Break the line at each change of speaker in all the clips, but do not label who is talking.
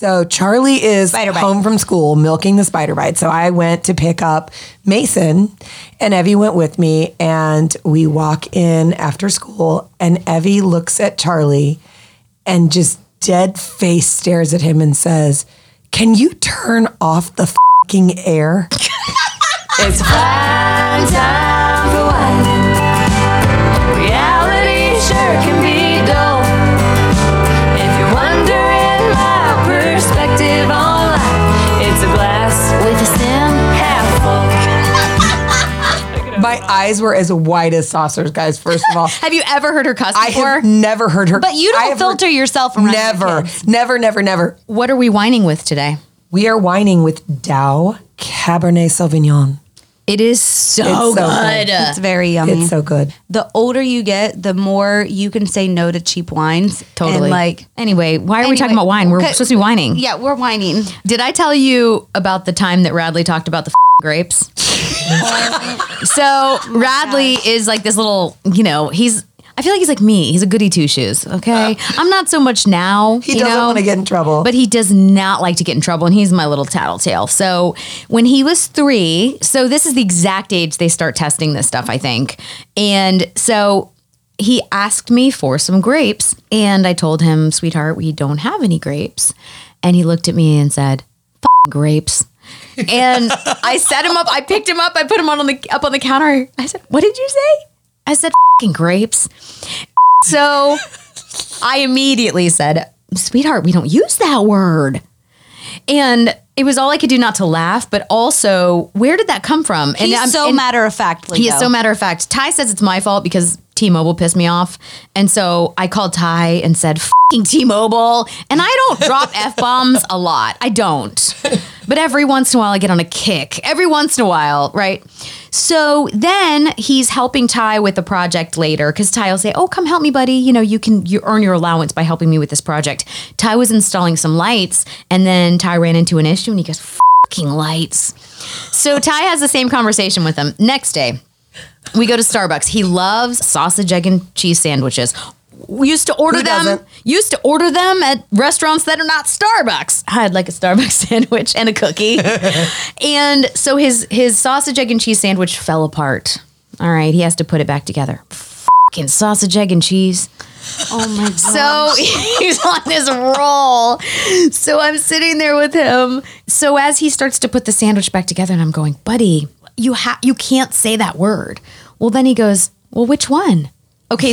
So Charlie is
Spider bite.
home from school milking the spider bite. So I went to pick up Mason and Evie went with me and we walk in after school and Evie looks at Charlie and just dead face stares at him and says, "Can you turn off the fucking air?"
It's prime time for whining. Reality sure can be dull. If you're wondering my perspective on life, it's a glass with a stem half full.
My eyes were as wide as saucers, guys. First of all,
Have you ever heard her cuss
I
before?
have never heard her.
But you
I
don't
have
filter
heard-
yourself around your
Never,
kids.
never, never, never.
What are we whining with today?
We are whining with Dow Cabernet Sauvignon.
It is so,
It's so
good.
good.
It's very yummy.
It's so good.
the older you get, the more you can say no to cheap wines.
Totally.
And like,
anyway, why are we talking
Anyway,
about wine? We're
okay.
supposed to be whining.
yeah, we're whining.
Did I tell you about the time that Radley talked about the f- grapes? so Radley is like this little, you know, he's. I feel like he's like me. He's a goody two shoes. Okay, I'm not so much now.
Uh. He
you
doesn't
know?
want to get in trouble.
But he does not like to get in trouble, and he's my little tattletale. So when he was three, so this is the exact age they start testing this stuff, I think. And so he asked me for some grapes, and I told him, sweetheart, we don't have any grapes. And he looked at me and said, "F- grapes. And I set him up. I picked him up. I put him on, on the up on the counter. I said, "What did you say?" I said, "Fucking grapes." So I immediately said, Sweetheart, we don't use that word. And it was all I could do not to laugh, but also, where did that come from?
He's
and I'm-
so
and
matter of factly.
He is so matter of fact. Ty says it's my fault because T Mobile pissed me off. And so I called Ty and said, Fing T Mobile. And I don't drop F bombs a lot. I don't. But every once in a while, I get on a kick. Every once in a while, right? So then he's helping Ty with the project later because Ty will say, "Oh, come help me, buddy. You know, you can you earn your allowance by helping me with this project." Ty was installing some lights, and then Ty ran into an issue, and he goes, "Fucking lights!" So Ty has the same conversation with him next day. We go to Starbucks. He loves sausage, egg, and cheese sandwiches. We used to order
Who
them.
doesn't?
Used to order them at restaurants that are not Starbucks. I'd like a Starbucks sandwich and a cookie. and so his his sausage, egg, and cheese sandwich fell apart. All right, he has to put it back together. Fucking sausage, egg, and cheese.
oh my god.
So he's on his roll. So I'm sitting there with him. So as he starts to put the sandwich back together, and I'm going, buddy, you ha- you can't say that word. Well, then he goes, well, which one? Okay,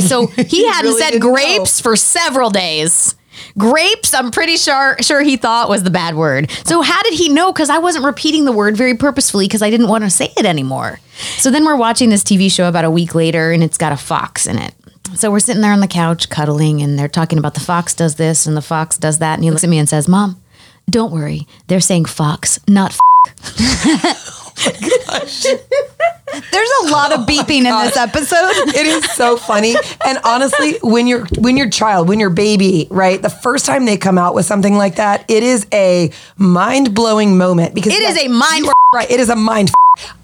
so he hadn't
really
said
didn't know.
grapes for several days. Grapes, I'm pretty sure sure he thought was the bad word. So how did he know? Because I wasn't repeating the word very purposefully because I didn't want to say it anymore. So then we're watching this TV show about a week later and it's got a fox in it. So we're sitting there on the couch cuddling and they're talking about the fox does this and the fox does that. And he looks at me and says, Mom, don't worry. They're saying fox, not f-.
There's a lot
Oh
of beeping in this episode.
it is so funny. And honestly, when you're when your child, when your baby, right, the first time they come out with something like that, it is a mind blowing moment because
It is a mind
you are right. It is a mind. f-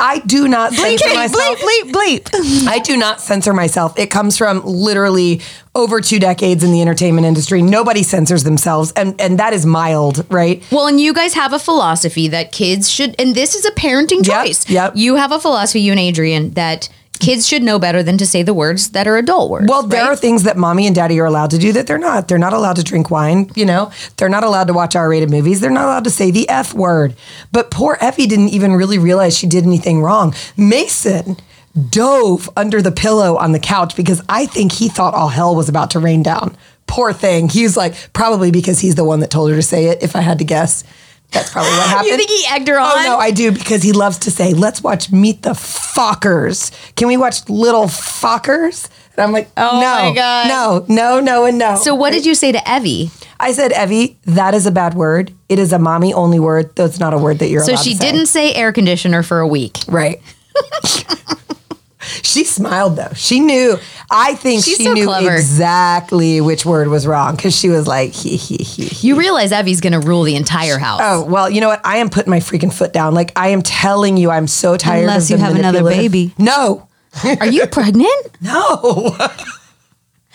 I do not censor myself.
bleep, bleep.
I do not censor myself. It comes from literally over two decades in the entertainment industry. Nobody censors themselves, and and that is mild, right?
Well, and you guys have a philosophy that kids should, and this is a parenting
Yep,
choice.
yep.
You have a philosophy, you and Adrian, that kids should know better than to say the words that are adult words.
Well, there are things that mommy and daddy are allowed to do that they're not. They're not allowed to drink wine, you know. They're not allowed to watch R rated movies. They're not allowed to say the F word. But poor Effie didn't even really realize she did anything wrong. Mason dove under the pillow on the couch because I think he thought all hell was about to rain down. Poor thing. He's like, probably because he's the one that told her to say it, if I had to guess. That's probably what happened.
think he egged her
Oh
on?
no, I do because he loves to say, "Let's watch Meet the Fockers." Can we watch Little Fockers? And I'm like, "Oh no,
my God.
no, no, no, and no."
So, what did you say to Evie?
I said, "Evie, that is a bad word. It is a mommy only word. That's not a word that you're."
So
allowed
she
to say."
didn't say air conditioner for a week.
Right. she smiled though. She knew. I think
She's
she
so
knew
clever.
exactly which word was wrong because she was like, "He he he." he.
You realize Evie's going to rule the entire house.
Oh well, you know what? I am putting my freaking foot down. Like I am telling you, I'm so tired.
Unless
of
you
the
have another
manipulative-
baby.
No,
Are you pregnant?
no.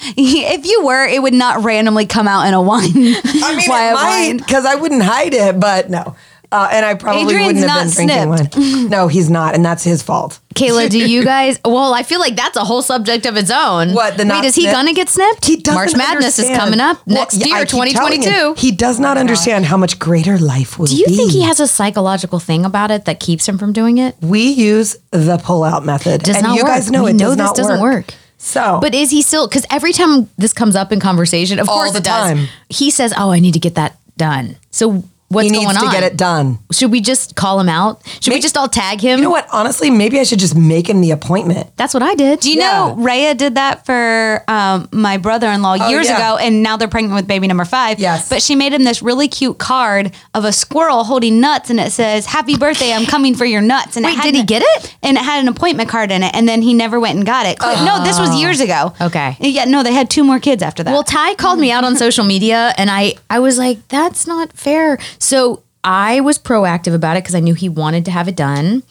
If you were, it would not randomly come out in a wine.
I mean,
why
it might because I wouldn't hide it, but no. Uh, and I probably
Adrian's
wouldn't have been
not
drinking wine. No, he's not, and that's his fault.
Kayla, do you guys? Well, I feel like that's a whole subject of its own.
What, the not
wait? Is he
snip?
gonna get snipped?
He doesn't
March Madness is
understand.
coming up
Well,
next
yeah, I
year,
keep telling
twenty twenty
you,
two.
He does not understand how much greater life will be.
Do you think he has a psychological thing about it that keeps him from doing it?
We use the pull-out method,
Does
and
not
you
work.
guys know
We
it
know
does
this
not
doesn't work.
So,
But is he still? Because every time this comes up in conversation, of
All
course
the
it does.
time.
He says, "Oh, I need to get that done." So what's
he needs
going
to
on?
get it done.
Should we just call him out? Should we
Maybe-
just all tag him?
You know what? Honestly, maybe I should just make him the appointment.
That's what I did.
Do you know
Yeah.
Raya did that for um, my brother in law years
Oh, yeah.
ago, and now they're pregnant with baby number five.
Yes.
But she made him this really cute card of a squirrel holding nuts, and it says, Happy birthday, I'm coming for your nuts. And it
Wait,
had
did he
an-
get it?
And it had an appointment card in it, and then he never went and got it. Cl- No, this was years ago.
Oh. Okay.
Yeah, no, they had two more kids after that.
Well, Ty called me out on social media, and I I was like, that's not fair. So I was proactive about it because I knew he wanted to have it done,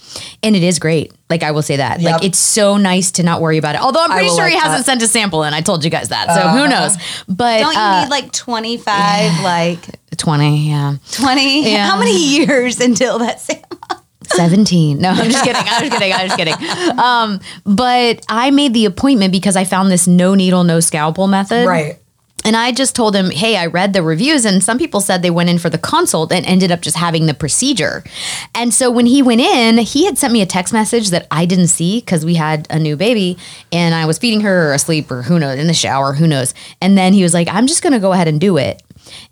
and it is great. Like I will say that.
Yep.
Like it's so nice to not worry about it. Although I'm pretty
will
sure he
like
hasn't
that. Uh-huh.
sent a sample in. I told you guys that. So who knows? But
don't you
uh,
need like 25, like
twenty? Yeah.
20?
Yeah.
How many years until that sale?
17. No, I'm just kidding. I'm just kidding. I'm just kidding. Um, but I made the appointment because I found this no needle, no scalpel method.
Right.
And I just told him, hey, I read the reviews, and some people said they went in for the consult and ended up just having the procedure. And so when he went in, he had sent me a text message that I didn't see because we had a new baby and I was feeding her or asleep or who knows, in the shower, who knows. And then he was like, I'm just going to go ahead and do it.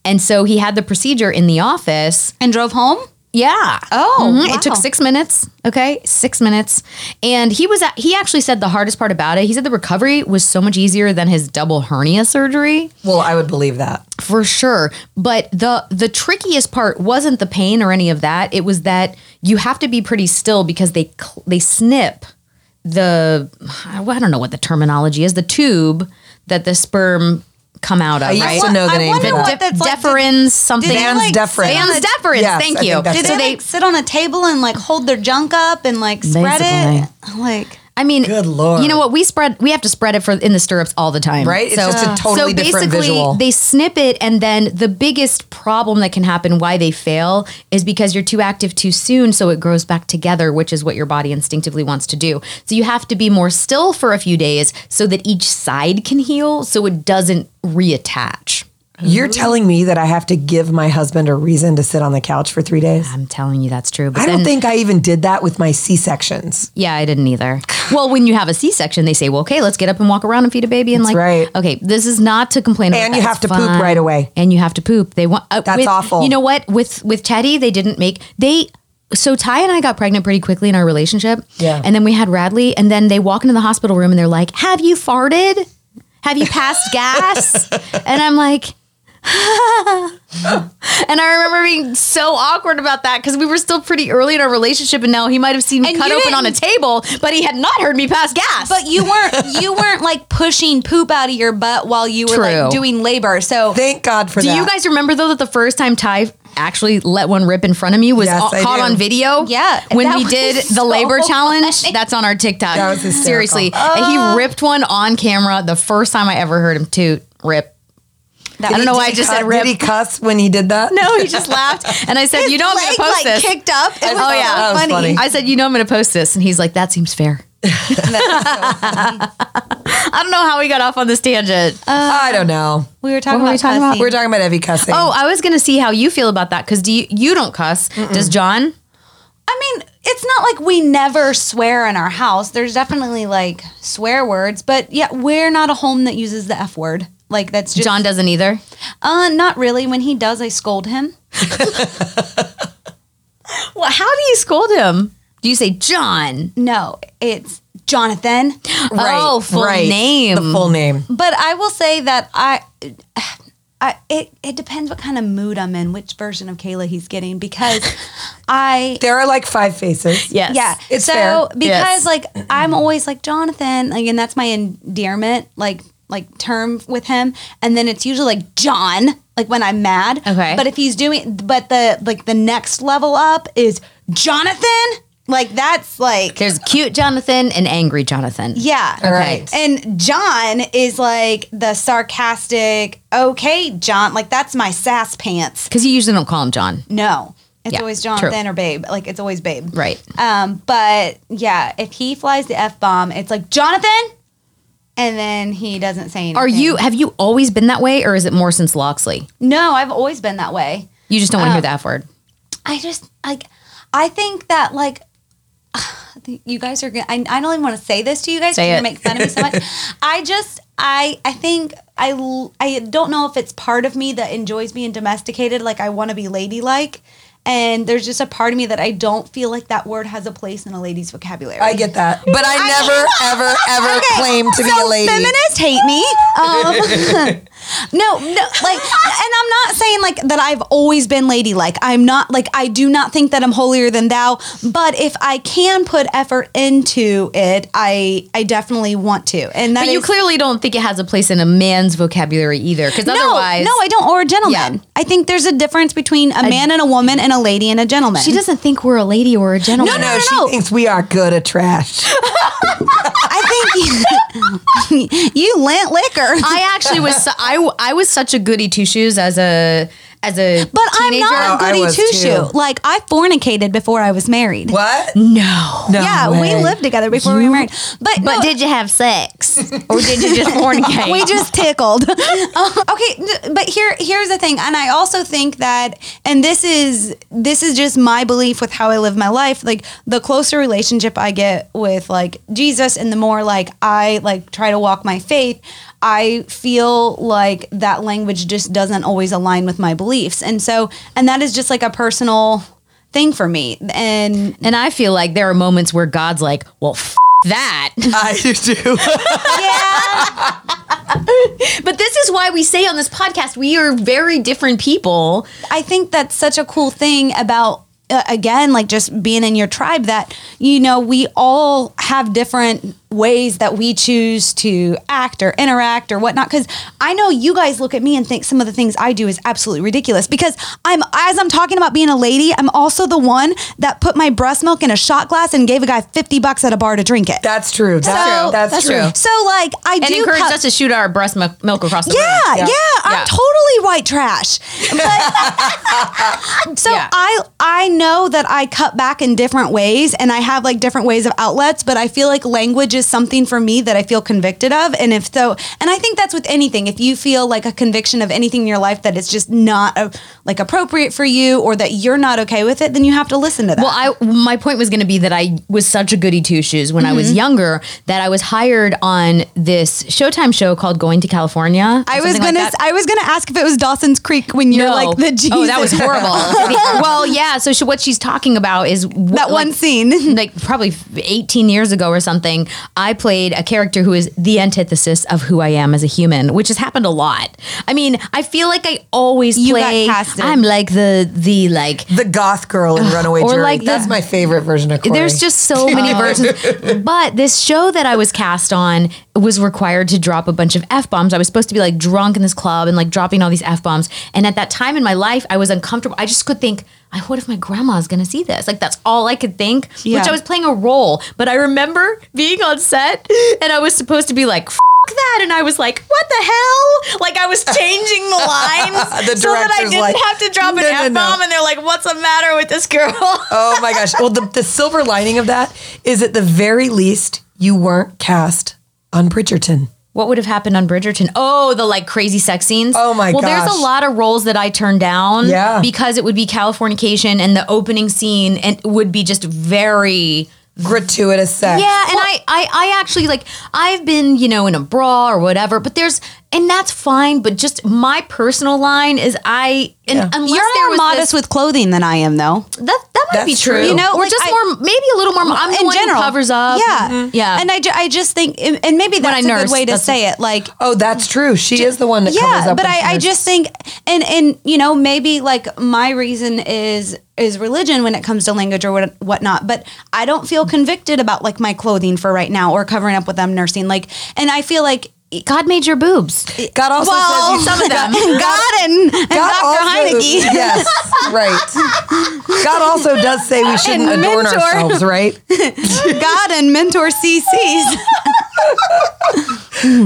And so he had the procedure in the office.
And drove home?
Yeah.
Oh,
Mhm.
wow.
it took six minutes. Okay, six minutes. And he was at, he actually said the hardest part about it. He said the recovery was so much easier than his double hernia surgery
Well, I would believe that.
for sure. But the the trickiest part wasn't the pain or any of that. It was that you have to be pretty still because they cl- they snip the I don't know what the terminology is the tube that the sperm come out of.
I used
right?
to know the
I
name
wonder
for
what
that.
that's like.
deferens something.
they,
Vans
like,
deference.
Vans deference,
Yes,
thank
I think
you.
that's
Did
it.
So
they,
they-
like sit on a table and like hold their junk up and like spread it? Like
I mean,
Good Lord.
You know what? We spread. We have to spread it for in the stirrups all the time,
Right? It's just a totally
so
different
basically,
visual.
They snip it, and then the biggest problem that can happen, why they fail, is because you're too active too soon, so it grows back together, which is what your body instinctively wants to do. So you have to be more still for a few days so that each side can heal, so it doesn't reattach.
You're telling me that I have to give my husband a reason to sit on the couch for three days?
I'm telling you, that's true. But
I don't
then-
think I even did that with my C sections.
Yeah, I didn't either. Well, when you have a C-section, they say, "Well, okay, let's get up and walk around and feed a baby." And
That's
like,
right.
okay, this is not to complain. about
And you
that.
have
It's
to poop
fine.
right away.
And you have to poop. They want uh,
That's
with-
awful.
You know what? With with Teddy, they didn't make they. So Ty and I got pregnant pretty quickly in our relationship.
Yeah.
And then we had Radley, and then they walk into the hospital room and they're like, "Have you farted? Have you passed gas?" and I'm like. and I remember being so awkward about that because we were still pretty early in our relationship, and now he might have seen me
And
cut
you
open on a
didn't-
table, but he had not heard me pass gas.
But you weren't you weren't like pushing poop out of your butt while you were
True.
like doing labor. So
Thank God for
do
that.
you guys remember though that the first time Ty actually let one rip in front of me was
Yes,
all-
I
caught
do.
on video?
Yeah,
when
that
we
was
did the
so
labor challenge. That's on our TikTok.
That was hysterical.
Seriously, he ripped one on camera the first time I ever heard him toot rip. I don't know why I just said
Uh, Did he
rip.
cuss when he did that?
No, he just laughed, and I said, "You know, I'm going
leg,
to post
like,
this."
kicked up. It was
oh yeah,
That was funny.
I said, you know, I'm going to post this, and he's like, that seems fair. I don't know how we got off on this tangent.
I don't know.
we were talking
What were
about
we talking about?
cussing.
We're talking about Evie cussing.
oh, I was going to see how you feel about that because do you you don't cuss? Does John?
I mean, it's not like we never swear in our house. There's definitely like swear words, but yeah, we're not a home that uses the F word. Like that's just
John doesn't either.
uh not really. When he does, I scold him.
Well, how do you scold him? Do you say John?
No, it's Jonathan.
Right,
oh, full
right.
name.
The full name.
But I will say that I, I it it depends what kind of mood I'm in, which version of Kayla he's getting because I
There are like five faces.
yes.
yeah
It's
so
fair.
because
Yes.
like I'm always like Jonathan like and that's my endearment like like term with him and then it's usually like John like when I'm mad
Okay.
but if he's doing but the like the next level up is Jonathan Like that's like
There's cute Jonathan and angry Jonathan.
yeah.
Right.
And John is like the sarcastic, okay, John, like that's my sass pants.
Because you usually don't call him John.
No. It's
Yeah,
always
true.
Jonathan or Babe. Like it's always Babe.
Right.
Um, but yeah, if he flies the F bomb, it's like Jonathan and then he doesn't say anything.
Are you, have you always been that way or is it more since Loxley?
No, I've always been that way.
You just don't want to hear the F word.
I just like I think that like you guys are gonna I, I don't even want to say this to you guys
Say
'cause you're
it.
gonna make fun of me so much. I just I I think I l- I don't know if it's part of me that enjoys being domesticated like I want to be ladylike and there's just a part of me that I don't feel like that word has a place in a lady's vocabulary.
I get that, but I never, ever, ever claim to be a lady.
Feminists hate me. Um, no, no, like, and I'm not saying like that I've always been ladylike. I'm not like I do not think that I'm holier than thou. But if I can put effort into it, I I definitely want to. And that
But you
is-
clearly don't think it has a place in a man's vocabulary either. Because
no,
otherwise,
no, I don't. Or a gentleman.
Yeah.
I think there's a difference between a man and a woman, and a lady and a gentleman.
she doesn't think we're a lady or a gentleman.
no, no, she
no.
thinks we are good at trash.
I think you, you lent liquor.
I actually was su- I I was such a goody two shoes as a as a
But
teenager.
I'm not
Oh, I
a goody
was
two
too.
shoe. Like I fornicated before I was married.
What?
Mm. no.
No
yeah, we
way.
lived together before we were married. But
But
no,
did you have sex or did you just fornicate?
we just tickled. Um, okay, n- but here here's the thing, and I also think that, and this is this is just my belief with how I live my life. Like the closer relationship I get with like Jesus, and the more like I like try to walk my faith. I feel like that language just doesn't always align with my beliefs. And so, and that is just like a personal thing for me. And
and I feel like there are moments where God's like, well. F- that.
I do too.
But this is why we say on this podcast we are very different people.
I think that's such a cool thing about uh, again like just being in your tribe that you know we all have different ways that we choose to act or interact or whatnot because i know you guys look at me and think some of the things i do is absolutely ridiculous because i'm as i'm talking about being a lady i'm also the one that put my breast milk in a shot glass and gave a guy 50 bucks at a bar to drink it
That's true. That's,
So-
true. That's,
That's
true.
true.
so like i
And
do
encouraged
cut-
us to shoot our breast mi- milk across the room.
yeah, yeah,
Yeah.
I'm totally white trash. But- so
Yeah.
I I know that I cut back in different ways and I have like different ways of outlets, but I feel like language is something for me that I feel convicted of. And if so, and I think that's with anything. If you feel like a conviction of anything in your life that it's just not uh like appropriate for you or that you're not okay with it, then you have to listen to that.
Well, I my point was going to be that I was such a goody two shoes when I was younger that I was hired on this Showtime show called Going to California. or
I
something
was
like
gonna
that.
I was gonna ask if it was Dawson's Creek when you're
No.
like the Jesus.
Oh, that was horrible. The- well, yeah. So she, what she's talking about is wh-
That one
like-
scene.
like probably 18 years ago or something. I played a character who is the antithesis of who I am as a human, which has happened a lot. I mean, I feel like I always
You got
play.
casted.
I'm like the the like
The goth girl in Runaway
or
Jury.
like the-
That's my favorite version of Corey.
There's just so many versions. But this show that I was cast on was required to drop a bunch of F bombs. I was supposed to be like drunk in this club and like dropping all these F bombs. And at that time in my life, I was uncomfortable. I just could think, I what if my grandma's gonna see this? Like that's all I could think.
Yeah.
Which I was playing a role. But I remember being on set and I was supposed to be like "F that and I was like, what the hell? Like I was changing the lines
The
so that I
director's
didn't
like,
have to drop an
"No, no,
F bomb
no."
and they're like, what's the matter with this girl?
Oh my gosh. Well, the, the silver lining of that is at the very least, you weren't cast on Bridgerton.
What would have happened on Bridgerton? Oh, the like crazy sex scenes.
Oh, my
Well, there's
gosh.
a lot of roles that I turned down
Yeah.
because it would be Californication and the opening scene and would be just very
Gratuitous sex.
yeah, and I, I I actually like I've been, you know, in a bra or whatever, but there's and that's fine, but just my personal line is I and
Yeah.
unless
You're
there
more
was
modest with clothing than I am though.
with that that might be
That's
true.
true.
You
You
know,
know,
or
like,
just
I-
more maybe a little more I'm the
in
one who
general
covers up. Mm-hmm.
Yeah,
Yeah.
And I, ju- I just think, and and maybe
When I
that's a
nurse,
good way to
that's-
say it. Like,
Oh, that's true. She is the one that covers
yeah,
up.
but
when she
I, I
nurses.
just think, and and you know, maybe like my reason is is religion when it comes to language or what, whatnot. But I don't feel convicted about like my clothing for right now or covering up with them nursing. Like, and I feel like
God made your boobs.
God also
Well,
says you
some of them.
God and, and Dr. Heineke.
Yes, right. God also does say we shouldn't
And
adorn
mentor.
ourselves, right?
God and mentor CC's.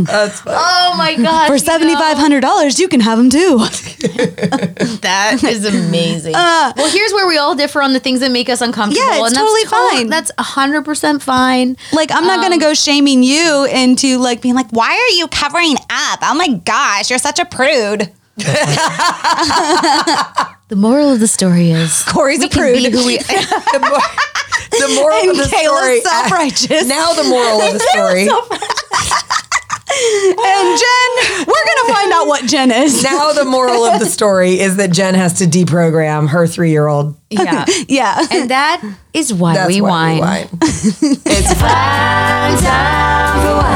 That's funny.
Oh my God.
For $7,500, you can have them too.
That is amazing. well, here's where we all differ on the things that make us uncomfortable.
Yeah, it's
and
totally
that's tot-
fine.
That's 100% fine.
Like I'm not
Um,
gonna go shaming you into like being like, why are you covering up? Oh my gosh, you're such a prude.
The moral of the story is
Corey's a prude.
be who we
the, mor- the moral
and
of the story.
Kayla's self righteous.
now the moral of the story.
and Jen, we're gonna find out what Jen is.
Now the moral of the story is that Jen has to deprogram her three-year-old.
Yeah.
yeah.
And that is why
That's
we
why
whine.
we whine.
It's fine time for wine.